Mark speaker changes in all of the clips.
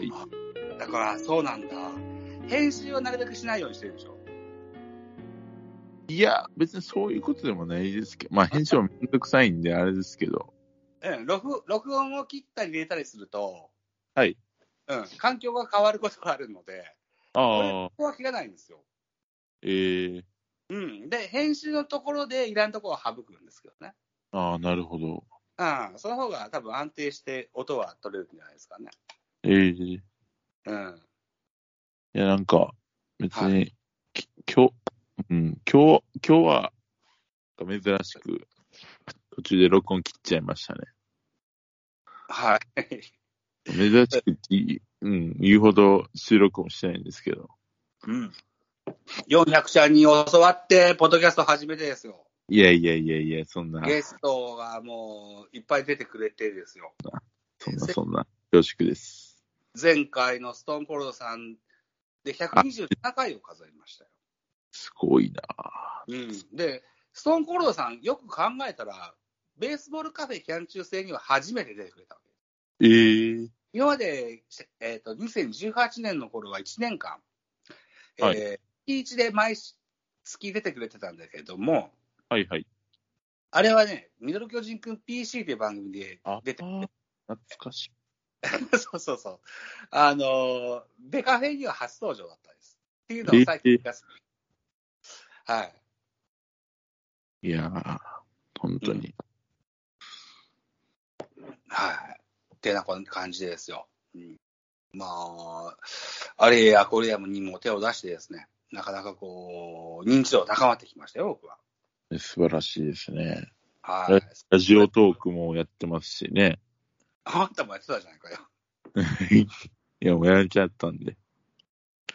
Speaker 1: い。
Speaker 2: だから、そうなんだ。編集はなるべくしないようにしてるでしょ。
Speaker 1: いや、別にそういうことでもないですけど、まあ、編集はめんどくさいんで、あれですけど、
Speaker 2: うん、録録音を切ったり入れたりすると、
Speaker 1: はい。
Speaker 2: うん、環境が変わることがあるので、
Speaker 1: ああ、
Speaker 2: ここは切らないんですよ。
Speaker 1: ええ
Speaker 2: うん、で、編集のところでいらんところは省くんですけどね。
Speaker 1: ああ、なるほど。
Speaker 2: うん、その方が多分安定して音は取れるんじゃないですかね。
Speaker 1: ええい
Speaker 2: うん。
Speaker 1: や、なんか、別に、
Speaker 2: は
Speaker 1: き今日、うん、今日、今日は、珍しく、途中で録音切っちゃいましたね。
Speaker 2: はい。
Speaker 1: 珍し くい、うん、言うほど収録もしてないんですけど。
Speaker 2: うん。400社に教わって、ポッドキャスト初めてですよ。
Speaker 1: いやいやいやいや、そんな、
Speaker 2: ゲストがもういっぱい出てくれてですよ。
Speaker 1: そんな、そんな、恐縮です。
Speaker 2: 前回のストーンコールドさんで127回を飾りましたよ。
Speaker 1: すごいな
Speaker 2: うん、で、ストーンコールドさん、よく考えたら、ベースボールカフェキャン中制には初めて出てくれたわけ。
Speaker 1: ええ
Speaker 2: 今まで、えっと2018年の頃は1年間、えー
Speaker 1: はい
Speaker 2: 月1で毎月出てくれてたんだけども、
Speaker 1: はいはい。
Speaker 2: あれはね、ミドル巨人くん PC という番組で
Speaker 1: あ
Speaker 2: 出てくれて、
Speaker 1: 懐かしい。
Speaker 2: そうそうそう、あのーベカフェには初登場だったんです。っていうのを最近気がする。はい。
Speaker 1: いやー、本当に。
Speaker 2: はい。ってな感じですよ。うん、まあ、あれやこれやにも手を出してですね、なかなかこう、認知度が高まってきましたよ、僕は。
Speaker 1: 素晴らしいですね。
Speaker 2: はい。
Speaker 1: ラジオトークもやってますしね。
Speaker 2: あんたもやってたじゃないかよ。
Speaker 1: いや、もうやめちゃったんで。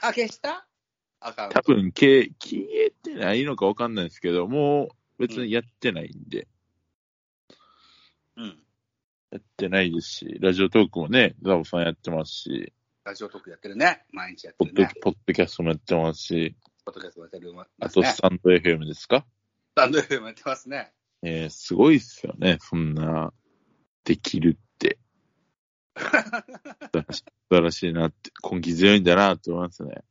Speaker 2: あ、消したあかん。
Speaker 1: 多分消え、消えてないのかわかんないですけど、もう別にやってないんで、
Speaker 2: うん。
Speaker 1: やってないですし、ラジオトークもね、ザボさんやってますし、
Speaker 2: ラジオトークやってるね。毎日やって
Speaker 1: ポッ
Speaker 2: る
Speaker 1: ド,、
Speaker 2: ね。
Speaker 1: ポッドキャストもやってますし、
Speaker 2: ポッドキャストもやってるね。
Speaker 1: あとス
Speaker 2: ス
Speaker 1: タンド FM ですか、
Speaker 2: タンド FM もやってますね。
Speaker 1: えー、すごいっすよね、そんな、できる って。素晴らしい素晴らしいなって、根気強いんだなって思いますね。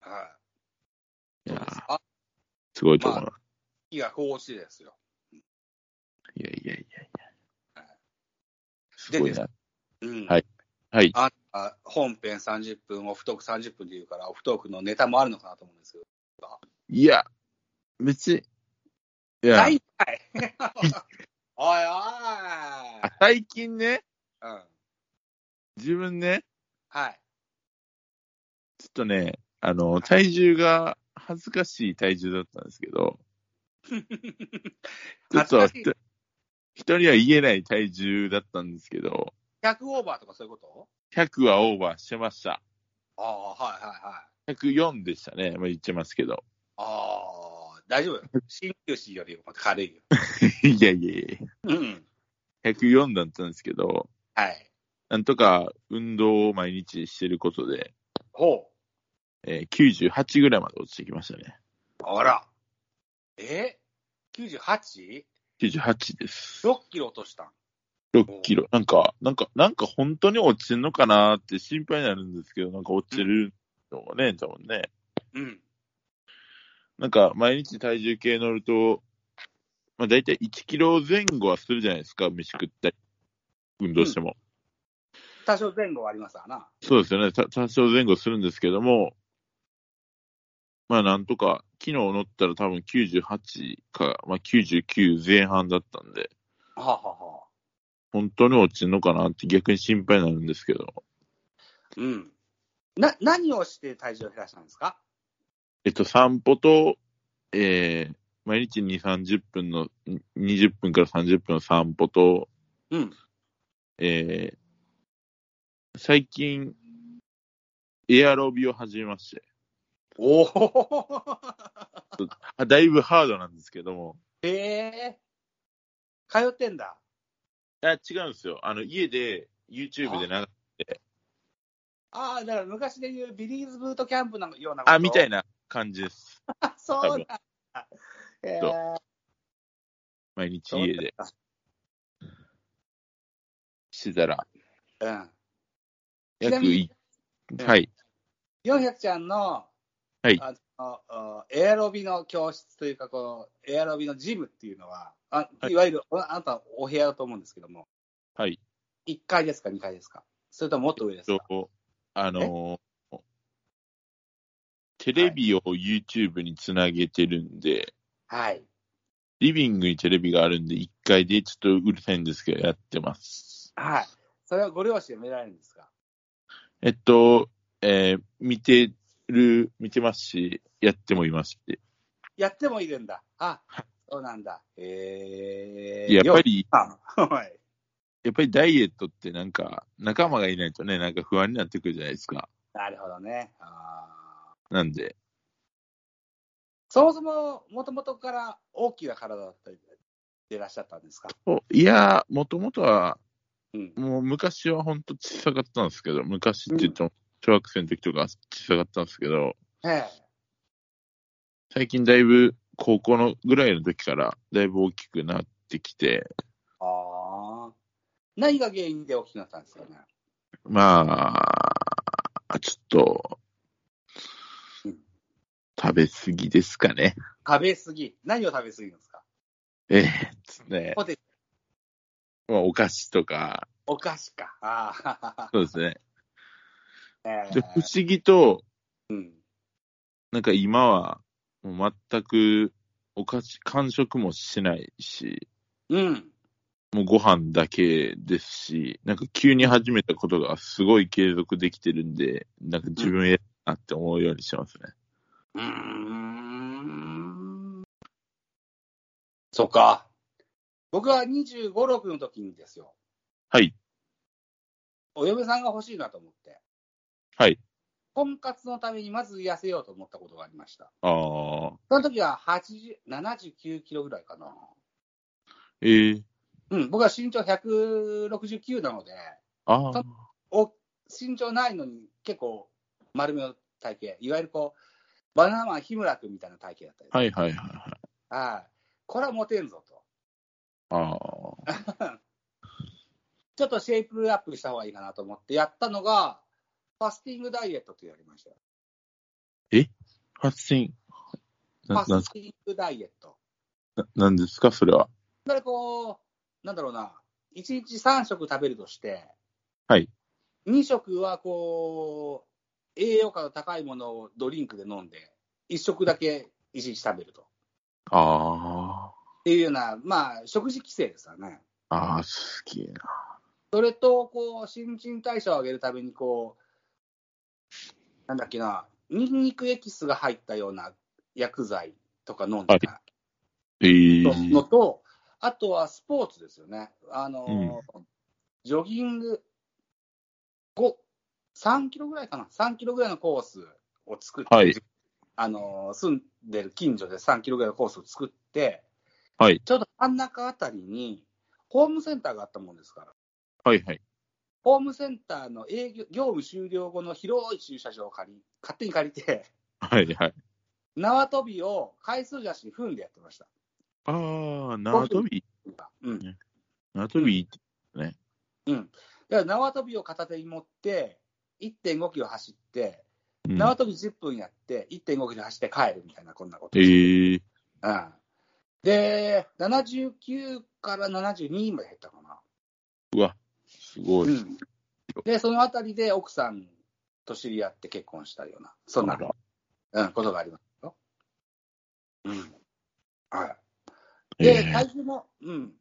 Speaker 2: はいい。
Speaker 1: やー
Speaker 2: あ、
Speaker 1: すごいと思います。
Speaker 2: 木がこう落ちてですよ。
Speaker 1: いやいやいやいや
Speaker 2: はい。
Speaker 1: すごいな。
Speaker 2: うん。
Speaker 1: はいはい。
Speaker 2: ああ本編30分、オフトーク30分で言うから、オフトークのネタもあるのかなと思うんですけど。
Speaker 1: いや、別に、いや、
Speaker 2: ないんかい おい
Speaker 1: あ最近ね、
Speaker 2: おい、うん、
Speaker 1: 自分ね、
Speaker 2: はい。
Speaker 1: ちょっとね、あの、体重が恥ずかしい体重だったんですけ ど、ちょっと
Speaker 2: 恥ず
Speaker 1: ひと、人には言えない体重だったんですけど、
Speaker 2: 100オーバーとかそういうこと
Speaker 1: 100はオーバーしてました。
Speaker 2: ああ、はいはいはい。
Speaker 1: 104でしたね。まあ、言ってますけど。
Speaker 2: ああ、大 丈夫よ。鍼灸師よりも軽 いよ。
Speaker 1: いやいやい
Speaker 2: うん。
Speaker 1: や、104だったんですけど、
Speaker 2: はい。
Speaker 1: なんとか運動を毎日してることで、
Speaker 2: ほ
Speaker 1: えー、98ぐらいまで落ちてきましたね。
Speaker 2: う。あら。え ?98?6
Speaker 1: 98です。
Speaker 2: キロ落としたん。
Speaker 1: 6キロ。なんか、なんか、なんか本当に落ちてんのかなって心配になるんですけど、なんか落ちてるのがね、多分ね。
Speaker 2: うん。
Speaker 1: なんか毎日体重計乗ると、まあ大体1キロ前後はするじゃないですか、飯食ったり、運動しても。
Speaker 2: 多少前後はありますわな。
Speaker 1: そうですよね。た多少前後するんですけども、まあなんとか、昨日乗ったら多分98か、まあ99前半だったんで、
Speaker 2: はあ、はあはあ、
Speaker 1: 本当に落ちるのかなって逆に心配になるんですけど、
Speaker 2: うん。な、何をして体重を減らしたんですか
Speaker 1: えっと、散歩と、えー、毎日2、30分の、ん20分から30分の散歩と、
Speaker 2: うん。
Speaker 1: えー、最近、エアロビを始めまして、
Speaker 2: おお
Speaker 1: あだいぶハードなんですけども、
Speaker 2: ええ通ってんだ。
Speaker 1: あ違うんですよ。あの、家で、YouTube でな、
Speaker 2: ああ、だから昔で言うビリーズブートキャンプのようなこと
Speaker 1: あ、みたいな感じです。
Speaker 2: な。 そうなんだ。え
Speaker 1: そう
Speaker 2: ー、
Speaker 1: 毎日家でしてたら、
Speaker 2: うん。ちな
Speaker 1: 約
Speaker 2: みに
Speaker 1: 1はい。
Speaker 2: ヨヒャクちゃんの、
Speaker 1: はい
Speaker 2: あのあエアロビの教室というかこう、エアロビのジムっていうのは、あ
Speaker 1: はい
Speaker 2: いわゆる、ああなたのお部屋だと思うんですけども、
Speaker 1: はい。
Speaker 2: 1階ですか、2階ですか、それとももっと上ですか。
Speaker 1: と、あのーテレビを YouTube につなげてるんで、
Speaker 2: はい、
Speaker 1: リビングにテレビがあるんで、1階でちょっとうるさいんですけど、やってます。
Speaker 2: はい、それはご両親は見られるんですか。
Speaker 1: えっと、えー見てる、見てますし、やってもいますし。
Speaker 2: やってもいるんだ。あ、そうなんだ。えー、
Speaker 1: やっぱり、
Speaker 2: あ はい。
Speaker 1: やっぱりダイエットってなんか、仲間がいないとね、なんか不安になってくるじゃないですか。
Speaker 2: なるほどね。あー
Speaker 1: なんで、
Speaker 2: そもそも、もともとから大きな体だったりでいらっしゃったんですか。
Speaker 1: おいやー、もともとは、
Speaker 2: うん。
Speaker 1: もう昔は本当小さかったんですけど、昔って言っても、小学生の時とか小さかったんですけど、
Speaker 2: ええ。
Speaker 1: 最近だいぶ高校のぐらいの時から、だいぶ大きくなってきて、
Speaker 2: ああ。何が原因で大きくなったんですかね。
Speaker 1: まあ、ちょっと
Speaker 2: うん、
Speaker 1: 食べ過ぎですかね。
Speaker 2: 食べ過ぎ。何を食べ過ぎるんですか
Speaker 1: ええね、
Speaker 2: ポテチ、
Speaker 1: まあ、お菓子とか、
Speaker 2: お菓子か。あ
Speaker 1: そうですね。
Speaker 2: あ。 ええ
Speaker 1: で、不思議と、
Speaker 2: うん。
Speaker 1: なんか今は、もう全くお菓子、完食もしないし、
Speaker 2: うん。
Speaker 1: もうご飯だけですし、なんか急に始めたことがすごい継続できてるんで、なんか自分ええなって思うようにしてますね。
Speaker 2: うーん。そっか。僕は25、6の時にですよ。
Speaker 1: はい。
Speaker 2: お嫁さんが欲しいなと思って。
Speaker 1: はい。
Speaker 2: 婚活のためにまず痩せようと思ったことがありました。
Speaker 1: ああ、
Speaker 2: その時は80 79キロぐらいかな。
Speaker 1: ええ
Speaker 2: うん、僕は身長169なので、
Speaker 1: ああ、
Speaker 2: お身長ないのに結構丸めの体型、いわゆるこう、バナナマン日村君みたいな体型だったり、
Speaker 1: はいはいはいはい。
Speaker 2: はいこれはモテんぞと。
Speaker 1: ああ、
Speaker 2: ちょっとシェイプアップした方がいいかなと思ってやったのが、ファスティングダイエットと言われましたよ。
Speaker 1: 発信。
Speaker 2: フ
Speaker 1: な、なん
Speaker 2: ァ
Speaker 1: す
Speaker 2: スティングダイエット。
Speaker 1: か、なんですかそれは。
Speaker 2: だからこう、なんだろうな、1日3食食べるとして、
Speaker 1: はい。
Speaker 2: 2食はこう、栄養価の高いものをドリンクで飲んで、1食だけ1日食べると。っ
Speaker 1: あ
Speaker 2: ていうような、まあ、食事規制ですよね。
Speaker 1: あ、ああ、すげえな。
Speaker 2: それと、こう、新陳代謝を上げるために、こう、なんだっけな、ニンニクエキスが入ったような薬剤とか飲んでた
Speaker 1: ええ
Speaker 2: のと、あとはスポーツですよね。あの、ジョギング5、3キロぐらいかな、3キロぐらいのコースを作って、
Speaker 1: はい
Speaker 2: あの、住んでる近所で3キロぐらいのコースを作って、
Speaker 1: はい
Speaker 2: ちょうど真ん中あたりに、ホームセンターがあったもんですから、
Speaker 1: はいはい。
Speaker 2: ホームセンターの営業業務終了後の広い駐車場を借り、勝手に借りて、
Speaker 1: はいはい。
Speaker 2: 縄跳びを回数じゃなしに踏んでやってました。
Speaker 1: ああ、縄跳び、
Speaker 2: うん。
Speaker 1: 縄跳び、
Speaker 2: だから縄跳びを片手に持って、1.5キロ走って、
Speaker 1: うん
Speaker 2: 縄跳び10分やって、1.5キロ走って帰るみたいな、こんなこと。
Speaker 1: ええ
Speaker 2: うん、で、79から72まで減ったかな。
Speaker 1: うわ、すごい。
Speaker 2: うん、で、そのあたりで奥さんと知り合って結婚したような、そんな
Speaker 1: あら
Speaker 2: うん、ことがありますよ。うん。はい。
Speaker 1: え
Speaker 2: で、
Speaker 1: え
Speaker 2: 体重も、うん。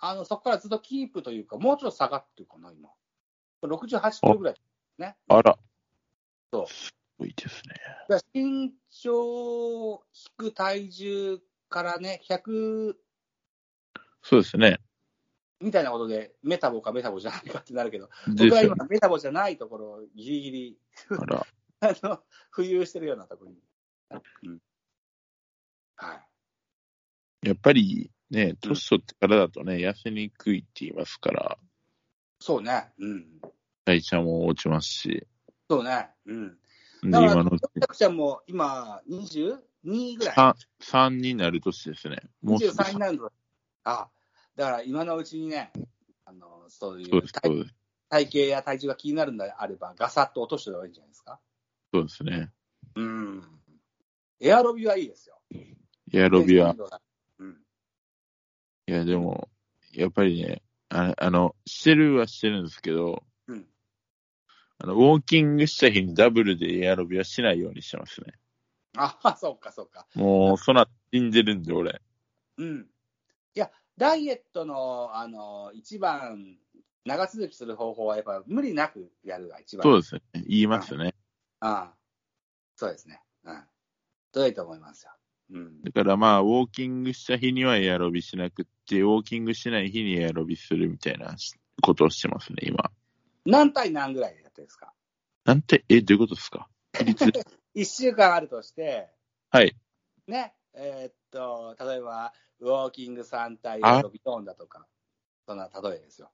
Speaker 2: あの、そこからずっとキープというか、もうちょっと下がってるかな、今。68キロぐらい。
Speaker 1: あら。
Speaker 2: そう
Speaker 1: すごいですね。
Speaker 2: だから身長引く体重からね、100
Speaker 1: そうですね。
Speaker 2: みたいなことで、メタボかメタボじゃないかってなるけど、
Speaker 1: で
Speaker 2: 僕は
Speaker 1: すよ
Speaker 2: 今
Speaker 1: ね。、
Speaker 2: メタボじゃないところをギリギリ、
Speaker 1: あら。
Speaker 2: あの、浮遊してるようなところに。うん。はい。
Speaker 1: やっぱり、ね、年取ってからだとね、痩せにくいって言いますから、
Speaker 2: そうね。うん。
Speaker 1: 代謝も落ちますし。
Speaker 2: そうね。うん。
Speaker 1: で、
Speaker 2: だから、
Speaker 1: 今のうち
Speaker 2: ヨタクちゃんも今、22ぐらい、
Speaker 1: さ3になる年ですね。もうすぐ
Speaker 2: 23になるの。あだから今のうちにね、あのそうい
Speaker 1: そう
Speaker 2: う
Speaker 1: です、
Speaker 2: 体
Speaker 1: そうです。
Speaker 2: 体型や体重が気になるのであれば、ガサッと落としておいた方がいいんじゃないですか。
Speaker 1: そうですね。
Speaker 2: うん。エアロビはいいですよ。
Speaker 1: エアロビは。。
Speaker 2: うん。
Speaker 1: いや、でも、やっぱりね、ああの、してるはしてるんですけど、
Speaker 2: うん
Speaker 1: あの、ウォーキングした日にダブルでエアロビはしないようにしてますね。
Speaker 2: あ、そうか、そうか。
Speaker 1: もう、そな、死んでるんで、俺。
Speaker 2: うん。いや、ダイエットの、あの、一番、長続きする方法は、やっぱ無理なくやるが一番。
Speaker 1: そう
Speaker 2: です。
Speaker 1: ですね。言いますね。
Speaker 2: ああそうですね。うん。どういいと思いますよ。うん。
Speaker 1: だからまあ、ウォーキングした日にはエアロビしなくって、ウォーキングしない日にエアロビするみたいなしことをしてますね、今。
Speaker 2: 何対何ぐらいでやってるんですか
Speaker 1: なんて、え、どういうことですか比 率
Speaker 2: 一週間あるとして、
Speaker 1: はい。
Speaker 2: ね、えーっと、例えば、ウォーキング3対
Speaker 1: あ
Speaker 2: 飛び飛んだとか、そんな例えですよ。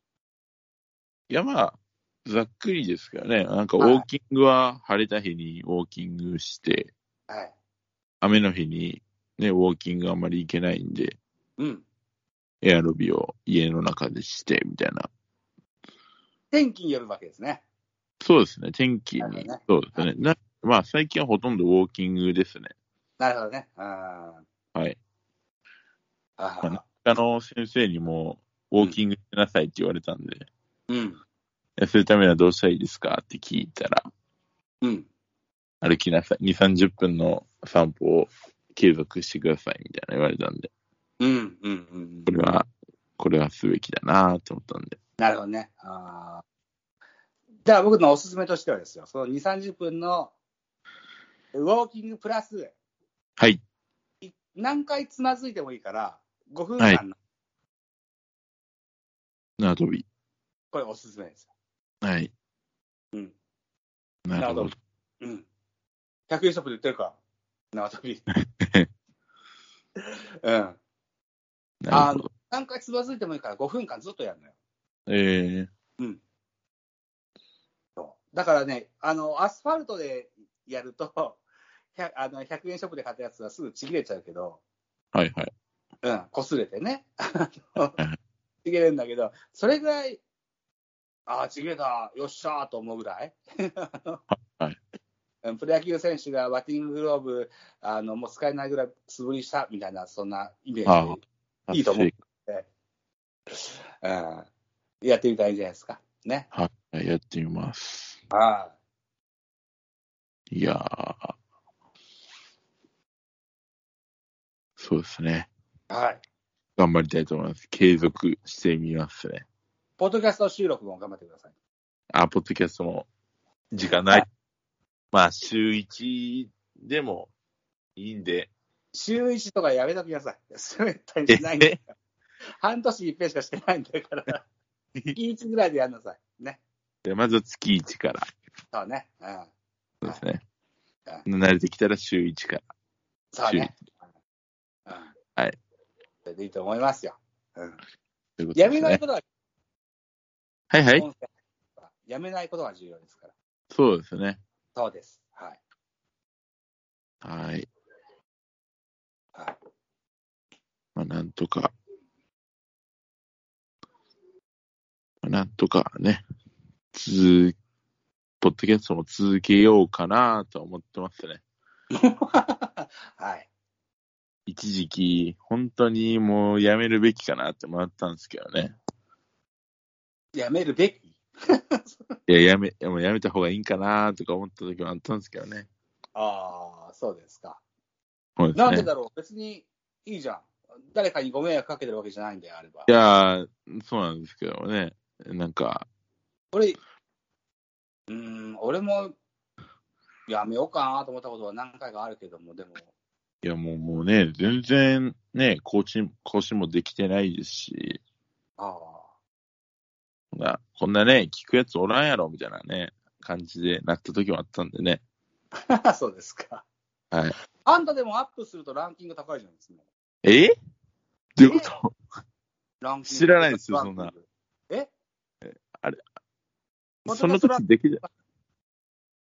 Speaker 1: いやまあ、ざっくりですからね。なんかウォーキングは晴れた日にウォーキングして、
Speaker 2: はい。
Speaker 1: 雨の日にね、ウォーキングあんまり行けないんで、
Speaker 2: うん。
Speaker 1: エアロビを家の中でして、みたいな。
Speaker 2: 天気によるわけですね。
Speaker 1: そうですね、天気
Speaker 2: なるほ
Speaker 1: に
Speaker 2: どね。
Speaker 1: そうですね。なまあ、最近はほとんどウォーキングですね。
Speaker 2: なるほどね。あ
Speaker 1: はい。
Speaker 2: あ。あ
Speaker 1: ま
Speaker 2: あ。
Speaker 1: あの先生にも、ウォーキングしなさいって言われたんで、
Speaker 2: うん。
Speaker 1: 痩せるためにはどうしたらいいですかって聞いたら、
Speaker 2: うん。
Speaker 1: 歩きなさい。2、30分の散歩を継続してくださいみたいな言われたんで、
Speaker 2: うん。うん。うん
Speaker 1: こ。れは、これはすべきだなと思ったんで。
Speaker 2: なるほどね。ああ。じゃあ僕のおすすめとしてはですよ、その2、30分のウォーキングプラス、
Speaker 1: はい。
Speaker 2: い何回つまずいてもいいから、5分
Speaker 1: はい
Speaker 2: 間の、
Speaker 1: 縄跳び。
Speaker 2: これおすすめです
Speaker 1: はい。
Speaker 2: うん。
Speaker 1: なるほど。
Speaker 2: よ。うん。100円ショップで売ってるから、縄跳 び。うん。
Speaker 1: なるほど。
Speaker 2: 何回つまずいてもいいから5分間ずっとやるのよ。
Speaker 1: ええ
Speaker 2: そうだからね、あの、アスファルトでやると、100, あの100円ショップで買ったやつはすぐちぎれちゃうけど、
Speaker 1: はいはい。
Speaker 2: うん、擦れてね。 あのちぎれるんだけど、それぐらい、ああ、ちぎれた、よっしゃーと思うぐらい。
Speaker 1: はい
Speaker 2: うんプロ野球選手がバッティンググローブあのもう使えないぐらい素振りしたみたいな、そんなイメージいいと思うで、うん、やってみたらいいんじゃないですか。ね。
Speaker 1: はい、やってみます。
Speaker 2: あ
Speaker 1: いやー。そうですね。
Speaker 2: あはい。
Speaker 1: 頑張りたいと思います。継続してみますね。
Speaker 2: ポッドキャスト収録も頑張ってください。
Speaker 1: あ、ポッドキャストも時間ない。まあ、週1でもいいんで。
Speaker 2: 週1とかやめときなさ い。絶対にしないんだから。半年一遍しかしてないん だから、月1ぐらいでやんなさい。ね。
Speaker 1: でまずは月1から。
Speaker 2: そうね。うん。
Speaker 1: そうですね
Speaker 2: は。
Speaker 1: 慣れてきたら週1から。
Speaker 2: そうね。うん。
Speaker 1: はい。
Speaker 2: それでいいと思いますよ。うん。
Speaker 1: ということで
Speaker 2: や
Speaker 1: すね
Speaker 2: めないことが、
Speaker 1: はいはい。
Speaker 2: 音声はやめないことが重要ですから。
Speaker 1: そうですね。
Speaker 2: そうです。はい。
Speaker 1: はい。
Speaker 2: はい。
Speaker 1: まあ、なんとか。まあなんとかね、つポッドキャストも続けようかなとは思ってますね。
Speaker 2: はい。
Speaker 1: 一時期、本当にもうやめるべきかなってもらったんですけどね。
Speaker 2: やめるべき
Speaker 1: いや、やめ、でもやめた方がいいんかなとか思った時もあったんですけどね。
Speaker 2: ああ、そうですか。
Speaker 1: そうですね。
Speaker 2: なんでだろう別にいいじゃん。誰かにご迷惑かけてるわけじゃないんであれば
Speaker 1: い。やー、そうなんですけどね。なんか、
Speaker 2: 俺、うーん、俺もやめようかなと思ったことは何回かあるけども、でも、
Speaker 1: いやもうもうね、全然ね、更新、更新もできてないですし、
Speaker 2: ああ、
Speaker 1: こんなこんなね、聞くやつおらんやろみたいなね、感じでなった時もあったんでね。
Speaker 2: そうですか。
Speaker 1: はい。
Speaker 2: あんたでもアップするとランキング高いじゃないですか。
Speaker 1: えどういうこと
Speaker 2: ランキング
Speaker 1: 知らないですよそんな。
Speaker 2: えまた
Speaker 1: その時できる。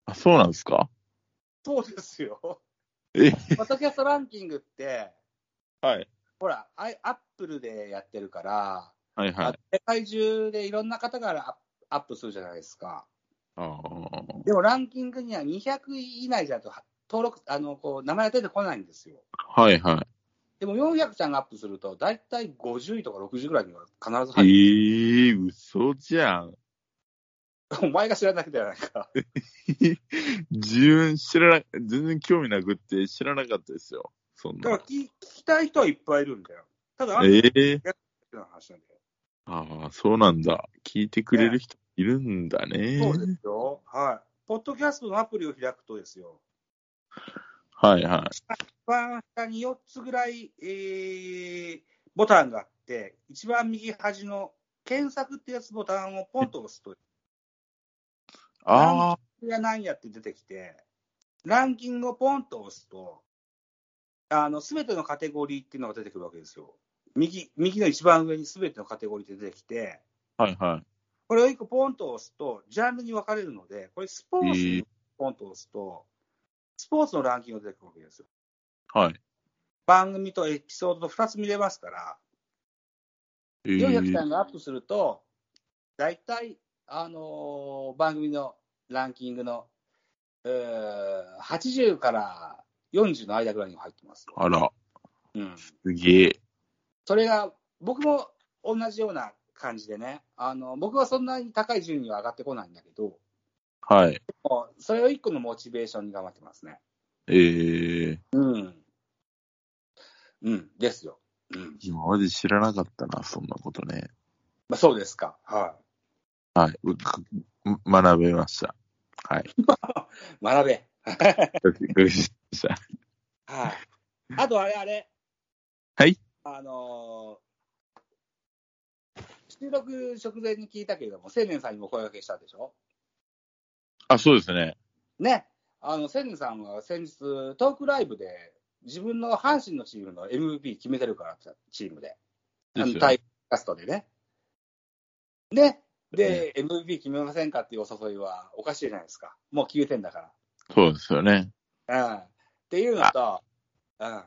Speaker 1: あ、そうなんですか
Speaker 2: そうですよ。
Speaker 1: え
Speaker 2: ポッドキャストランキングって、
Speaker 1: はい。
Speaker 2: ほら、アイアップルでやってるから、
Speaker 1: はいは
Speaker 2: 世界中でいろんな方からアップアップするじゃないですか。
Speaker 1: ああ。
Speaker 2: でもランキングには200位以内だと、登録、あの、こう、名前が出てこないんですよ。
Speaker 1: はいは
Speaker 2: でも400ちゃんがアップすると、だいたい50位とか60位ぐらいには必ず
Speaker 1: い。
Speaker 2: 入る。
Speaker 1: ええー、嘘じゃん。
Speaker 2: お前が知らなくてはないか。
Speaker 1: 自分知らな、全然興味なくって知らなかったですよ。そん
Speaker 2: だから
Speaker 1: な。
Speaker 2: 聞聞きたい人はいっぱいいるんだよ。ただ、あんた
Speaker 1: え
Speaker 2: だ
Speaker 1: えー。
Speaker 2: けの話なんだよ。
Speaker 1: ああ、そうなんだ。聞いてくれる人いるんだね。
Speaker 2: そうですよ。はい。ポッドキャストのアプリを開くとですよ、
Speaker 1: はいは
Speaker 2: 一番下に4つぐらい、えーボタンがあって、一番右端の検索ってやつボタンをポンと押すと、
Speaker 1: い。ああ、
Speaker 2: いやなんやって出てきて、ランキングをポンと押すと、あの、すべてのカテゴリーっていうのが出てくるわけですよ。右、右の一番上にすべてのカテゴリーって出てきて、
Speaker 1: はいは
Speaker 2: これを一個ポンと押すと、ジャンルに分かれるので、これスポーツ
Speaker 1: え
Speaker 2: に
Speaker 1: ー
Speaker 2: ポンと押すと、スポーツのランキングが出てくるわけですよ。
Speaker 1: い。はい。
Speaker 2: 番組とエピソードと2つ見れますから、
Speaker 1: え
Speaker 2: 400
Speaker 1: ー
Speaker 2: さんがアップすると、大体、あのー番組のランキングの、えー80から40の間ぐらいに入ってますよ、
Speaker 1: あら、
Speaker 2: うん。
Speaker 1: すげえ。
Speaker 2: それが、僕も同じような感じでね、あの僕はそんなに高い順位は上がってこないんだけど、
Speaker 1: はい。
Speaker 2: もうそれを一個のモチベーションに頑張ってますね。
Speaker 1: えー、
Speaker 2: うん。うん、ですよ。うん。
Speaker 1: 今まで知らなかったな、そんなことね。
Speaker 2: まあ、そうですか。はい。
Speaker 1: はい。うか学べました。はい。
Speaker 2: 学べ。
Speaker 1: 学びました
Speaker 2: はい。あと、あれあれ。
Speaker 1: はい。
Speaker 2: あのー収録直前に聞いたけれども、青年さんにも声掛けしたでしょ
Speaker 1: あ、そうですね。
Speaker 2: ね。あの、青年さんは先日、トークライブで、自分の阪神のチームの MVP 決めてるからって、チームで。あ
Speaker 1: です
Speaker 2: の
Speaker 1: よ
Speaker 2: タイカストでね。ね。で、MVP 決めませんかっていうお誘いはおかしいじゃないですか。もう決めてんだから。
Speaker 1: そうですよね。
Speaker 2: うんっていうのと、うん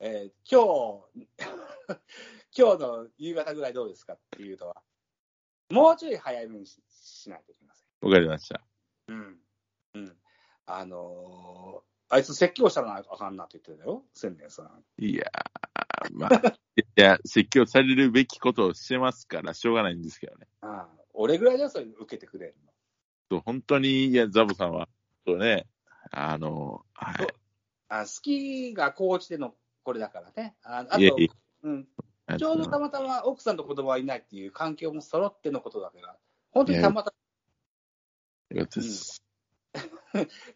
Speaker 2: えー今日 今日の夕方ぐらいどうですかっていうのは、もうちょい早めにししないといけませ
Speaker 1: わかりました。
Speaker 2: ん。うん。うん。あのーあいつ説教したらなあかんなって言ってたよ、千年さん。
Speaker 1: いやー、まあ、いや、説教されるべきことをしてますから、しょうがないんですけどね。
Speaker 2: うん、俺ぐらいでそれ受けてくれるの。
Speaker 1: そう、本当に、いや、ザボさんは、そうね、あの、は
Speaker 2: そう
Speaker 1: い。
Speaker 2: あスキーが高知でのこれだからね。ああと
Speaker 1: いやいや
Speaker 2: うん、
Speaker 1: あり
Speaker 2: ち
Speaker 1: が
Speaker 2: ょ
Speaker 1: と
Speaker 2: う
Speaker 1: うご
Speaker 2: ど
Speaker 1: ざいま
Speaker 2: たまたま奥さんと子供はいないっていう環境も揃ってのことだから、本当にたまたます
Speaker 1: よかったです。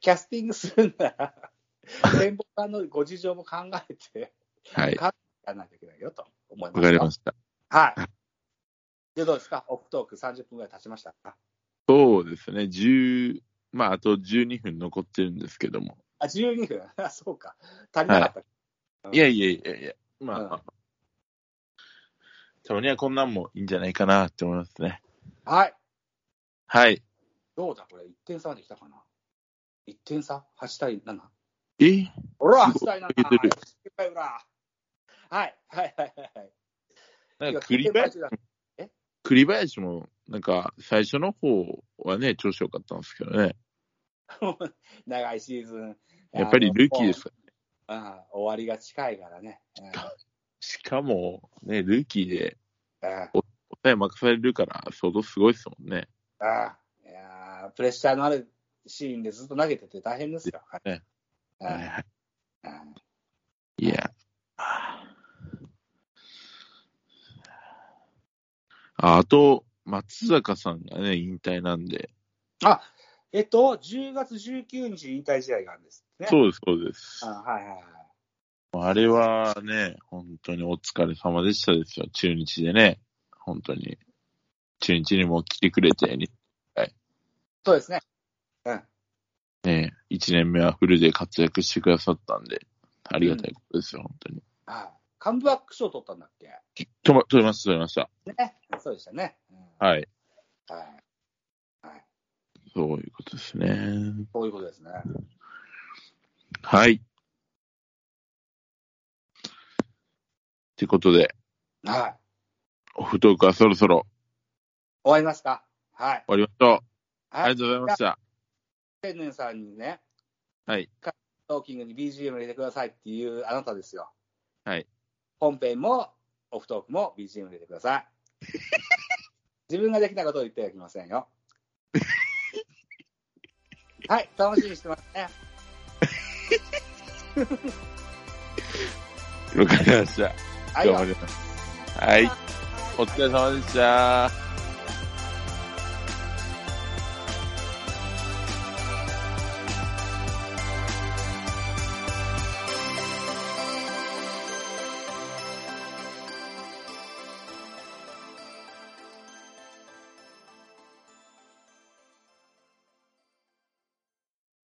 Speaker 2: キャスティングするな ら、展望さんのご事情も考えて、
Speaker 1: はい。
Speaker 2: 考えやらないといけないよと思い
Speaker 1: わ
Speaker 2: ます。
Speaker 1: かりました。
Speaker 2: はい。で、どうですかオフトーク30分ぐらい経ちましたか
Speaker 1: そうですね、10、まあ、あと12分残ってるんですけども。
Speaker 2: あ、12分。 あそうか。足りなかった。
Speaker 1: いやいやいやいや、まあ、まあたまにはこんなんもいいんじゃないかなって思いますね。
Speaker 2: はい。
Speaker 1: はい。
Speaker 2: どうだこれ、1点差まで来たかな ?1 点差 ?8 対 7?
Speaker 1: え
Speaker 2: ほら、8対7。
Speaker 1: いけてる
Speaker 2: 失敗裏。はい。はいはいはいはい。
Speaker 1: なんか栗林、
Speaker 2: いや
Speaker 1: 栗林も、なんか、最初の方はね、調子良かったんですけどね。
Speaker 2: 長いシーズン。
Speaker 1: やっぱりルーキーですから。
Speaker 2: あの。もううん終わりが近いからね。うん
Speaker 1: しかも、ね、ルーキーで
Speaker 2: うん
Speaker 1: 答え任されるから、相当すごいですもんね。
Speaker 2: ああ、いやープレッシャーのあるシーンでずっと投げてて大変ですよ。はい
Speaker 1: ね
Speaker 2: は
Speaker 1: はい
Speaker 2: い
Speaker 1: はい
Speaker 2: うん
Speaker 1: いや。ああと、松坂さんがね、引退なんで。
Speaker 2: あえっと、10月19日に引退試合があるんですね。う
Speaker 1: そうです、そうです。
Speaker 2: あはいはいはい。
Speaker 1: あれはね、本当にお疲れ様でしたですよ。中日でね。本当に。中日にも来てくれて、に
Speaker 2: そうですね。うん。
Speaker 1: ね、1年目はフルで活躍してくださったんで、ありがたいことですよ、本当に。
Speaker 2: はい。カムバック賞取ったんだっけ
Speaker 1: とま、取れました、取れました。
Speaker 2: ね。そうでしたね。うん
Speaker 1: はい。
Speaker 2: はい。
Speaker 1: そういうことですね。
Speaker 2: そういうことですね。
Speaker 1: はい。ってことで、
Speaker 2: はい。
Speaker 1: オフトークはそろそろ
Speaker 2: 終わりますかはい。
Speaker 1: 終わりましょう。あ
Speaker 2: は
Speaker 1: り
Speaker 2: い。
Speaker 1: がとうございました。
Speaker 2: 天然さんにね、
Speaker 1: はい。
Speaker 2: トーキングに BGM 入れてくださいっていうあなたですよ。
Speaker 1: はい。
Speaker 2: 本編も、オフトークも BGM 入れてく ださい。自分ができたことを言ってはいけませんよ。はい、楽しみにしてますね。
Speaker 1: わかりました。
Speaker 2: はい。
Speaker 1: 頑張ります。はい。お疲れ様でした。